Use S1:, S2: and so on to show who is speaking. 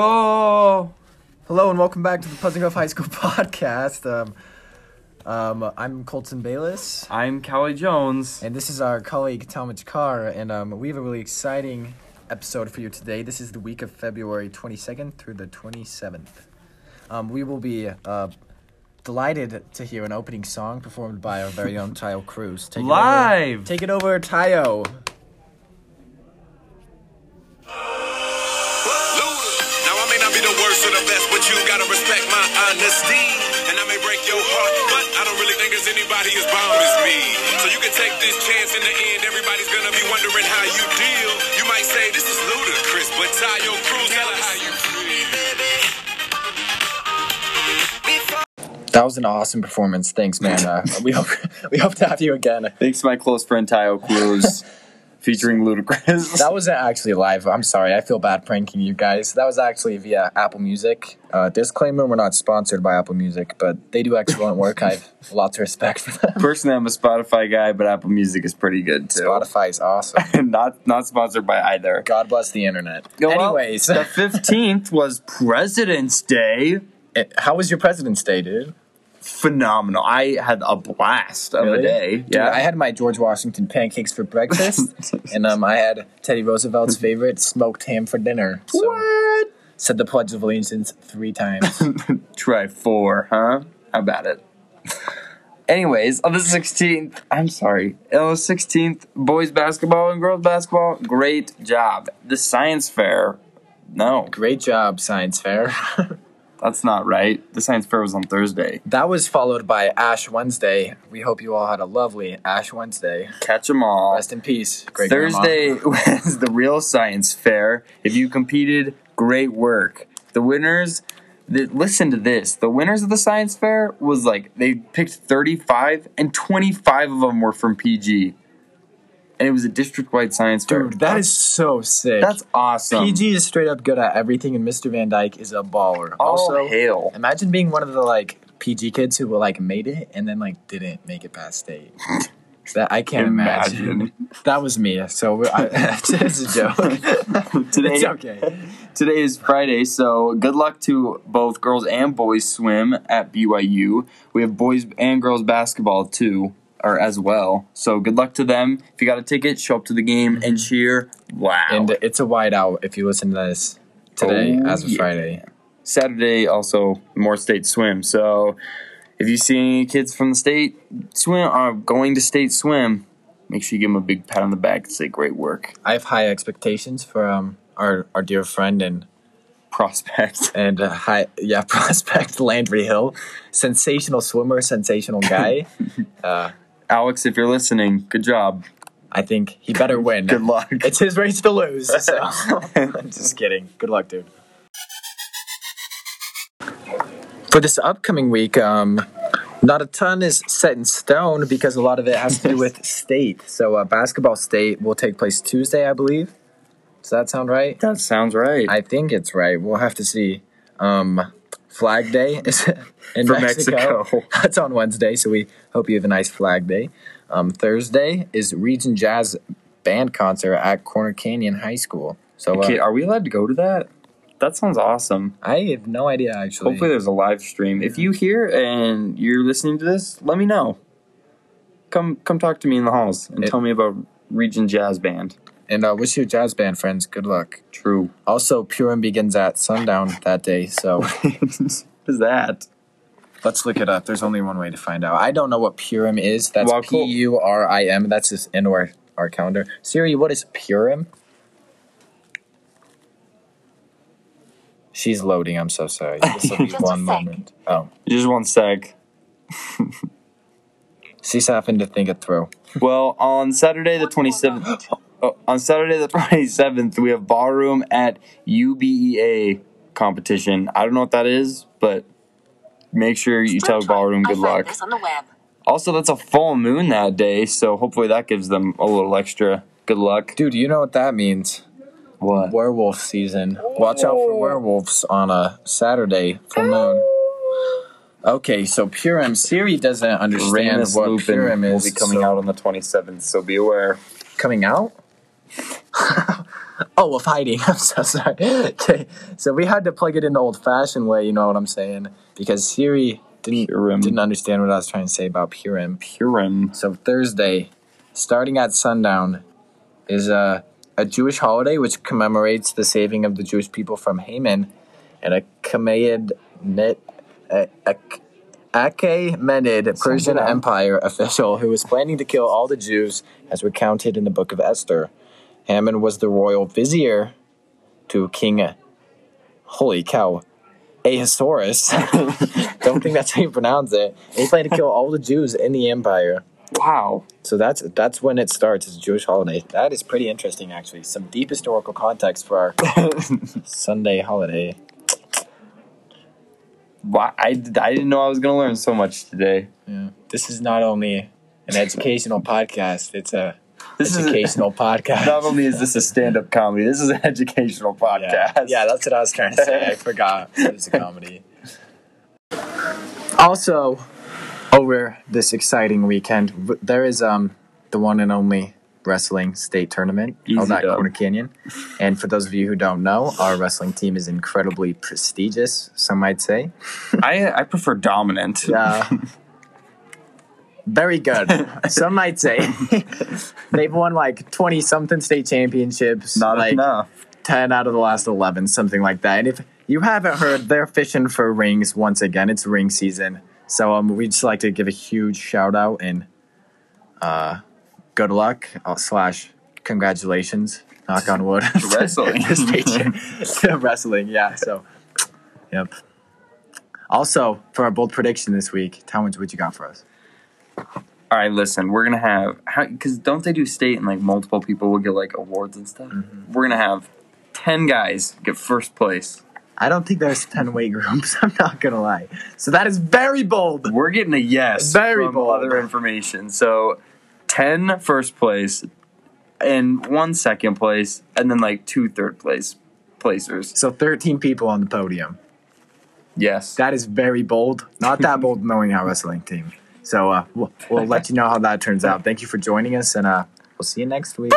S1: Yo! Hello and welcome back to the Pleasant Grove High School podcast. Um, um, I'm Colton Bayless,
S2: I'm Callie Jones.
S1: and this is our colleague Talmadge Carr, and um, we have a really exciting episode for you today. This is the week of February 22nd through the 27th. Um, we will be uh, delighted to hear an opening song performed by our very own Tayo Cruz. Take it over-
S2: Live!
S1: take it over, Tayo.
S3: Now I may not be the worst or the best, but you gotta respect my honesty. And I may break your heart, but I don't really think there's anybody as bound as me. So you can take this chance in the end, everybody's gonna be wondering how you deal. You might say this is ludicrous, but Tayo Cruz, tell her how you feel.
S1: That was an awesome performance. Thanks, man. Uh, we hope we hope to have you again.
S2: Thanks to my close friend Tayo Cruz, featuring Ludacris.
S1: That wasn't actually live. I'm sorry. I feel bad pranking you guys. That was actually via Apple Music. Uh, disclaimer: We're not sponsored by Apple Music, but they do excellent work. I have lots of respect for them.
S2: Personally, I'm a Spotify guy, but Apple Music is pretty good too.
S1: Spotify is awesome.
S2: not not sponsored by either.
S1: God bless the internet.
S2: Well,
S1: Anyways,
S2: the 15th was President's Day.
S1: it- how was your President's Day, dude?
S2: Phenomenal. I had a blast of a
S1: Really?
S2: day.
S1: Dude, I had my George Washington pancakes for breakfast, and um, I had Teddy Roosevelt's favorite smoked ham for dinner. So,
S2: what?
S1: Said the Pledge of Allegiance three times.
S2: Try four, huh? How about it? Anyways, on the 16th, I'm sorry, on the 16th, boys basketball and girls basketball, great job. The science fair, no,
S1: Great job, science fair.
S2: that's not right. The science fair was on Thursday.
S1: That was followed by Ash Wednesday. We hope you all had a lovely Ash Wednesday.
S2: Catch them all.
S1: Rest in peace. Great grandma.
S2: Thursday was the real science fair. If you competed, great work. The winners, th- listen to this. The winners of the science fair was like they picked 35 and 25 of them were from PG. And it was a district-wide science fair.
S1: Dude, that is so sick.
S2: that's awesome.
S1: PG is straight up good at everything, and Mr. Van Dyke is a baller.
S2: All
S1: also,
S2: hail.
S1: imagine being one of the like PG kids who like made it and then like didn't make it past state. that I can't imagine.
S2: Imagine.
S1: That was me. So we I, it's a joke.
S2: Today,
S1: it's okay.
S2: Today is Friday, so good luck to both girls and boys swim at BYU. We have boys and girls basketball too, or as well. So good luck to them. If you got a ticket, show up to the game and cheer. Mm-hmm. Wow.
S1: And it's a wide out if you listen to this today
S2: Oh,
S1: as of
S2: yeah.
S1: Friday.
S2: Saturday also more state swim. So if you see any kids from the state swim are going to state swim, make sure you give them a big pat on the back and say great work,
S1: I have high expectations for um our our dear friend and
S2: prospect.
S1: and uh, high yeah prospect Landry Hill, sensational swimmer, sensational guy. uh,
S2: Alex, if you're listening, good job.
S1: I think he better win.
S2: Good luck.
S1: It's his race to lose. So. I'm just kidding. Good luck, dude. For this upcoming week, um, not a ton is set in stone because a lot of it has to do with state. So uh, basketball state will take place Tuesday, I believe. Does that sound right?
S2: That sounds right.
S1: I think it's right. We'll have to see. Um, Flag Day is in
S2: For
S1: Mexico.
S2: Mexico.
S1: That's on Wednesday, so we hope you have a nice Flag Day. Um, Thursday is Region Jazz Band concert at Corner Canyon High School. So uh,
S2: Okay, are we allowed to go to that? That sounds awesome.
S1: I have no idea actually.
S2: Hopefully, there's a live stream. If you hear and you're listening to this, let me know. Come, come talk to me in the halls and
S1: It-
S2: tell me about Region Jazz Band.
S1: And uh, wish your jazz band friends good luck.
S2: True.
S1: Also, Purim begins at sundown that day, so
S2: is that?
S1: let's look it up. There's only one way to find out. I don't know what Purim is. That's
S2: Well,
S1: P
S2: cool.
S1: U R I M. That's just in our, our calendar. Siri, what is Purim? She's loading. I'm so sorry. This will be
S4: Just a
S1: one
S4: sec.
S1: moment. Oh,
S2: Just one sec.
S1: she's having to think it through.
S2: Well, on Saturday the 27th, oh, on Saturday the 27th, we have ballroom at UBEA competition. I don't know what that is, but make sure you tell ballroom good luck.
S4: This on the web.
S2: Also, that's a full moon that day, so hopefully that gives them a little extra good luck.
S1: Dude, you know what that means?
S2: What?
S1: Werewolf season. Watch out for werewolves on a Saturday full moon. Okay, so Purim. Siri doesn't understand
S2: Uranus
S1: what
S2: Lupin
S1: Purim
S2: will
S1: is.
S2: be coming
S1: so-
S2: out on the 27th, so be aware.
S1: Coming out? Oh, we're fighting. I'm so sorry. Okay, so we had to plug it in the old-fashioned way. You know what I'm saying? Because Siri didn't
S2: Purim.
S1: didn't understand what I was trying to say about Purim.
S2: Purim.
S1: So Thursday, starting at sundown, is a a Jewish holiday which commemorates the saving of the Jewish people from Haman, and a Kameid Net a, a, Achaemenid Persian
S2: it out.
S1: Empire official who was planning to kill all the Jews as recounted in the Book of Esther. Haman was the royal vizier to King. Holy cow. Ahasuerus. Don't think that's how you pronounce it. And he planned to kill all the Jews in the empire.
S2: Wow.
S1: So that's that's when it starts. It's a Jewish holiday. That is pretty interesting, actually. Some deep historical context for our Sunday holiday.
S2: Why I, I didn't know I was gonna learn so much today.
S1: Yeah. This is not only an educational podcast; it's a
S2: This
S1: educational podcast.
S2: is not only is this a stand-up comedy, this is an educational
S1: yeah.
S2: podcast.
S1: yeah, that's what I was trying to say. I forgot it was a comedy. Also, over this exciting weekend, w- there is um the one and only wrestling state tournament
S2: Easy
S1: held at
S2: dub.
S1: Corner Canyon. And for those of you who don't know, our wrestling team is incredibly prestigious. Some might say.
S2: I I prefer dominant.
S1: Yeah. Very good. Some might say they've won like twenty something state championships.
S2: Not
S1: like
S2: enough.
S1: 10 out of the last 11, something like that. And if you haven't heard, they're fishing for rings once again. It's ring season. So um, we'd just like to give a huge shout out and uh, good luck uh, slash congratulations, knock on wood.
S2: wrestling.
S1: this feature. to wrestling, yeah. So, yep. Also, for our bold prediction this week, Talmadge, what you got for us?
S2: All right, listen, we're gonna have because don't they do state and like multiple people will get like awards and stuff. We're gonna have ten guys get first place.
S1: I don't think there's 10 weight groups. I'm not going to lie. So that is very bold.
S2: We're getting a yes
S1: Very
S2: from
S1: bold.
S2: other information. So 10 first place and one second place and then like two third place placers.
S1: So 13 people on the podium.
S2: Yes.
S1: That is very bold. Not that bold knowing our wrestling team. So uh, we'll, we'll let you know how that turns out. Thank you for joining us, and uh, we'll see you next week.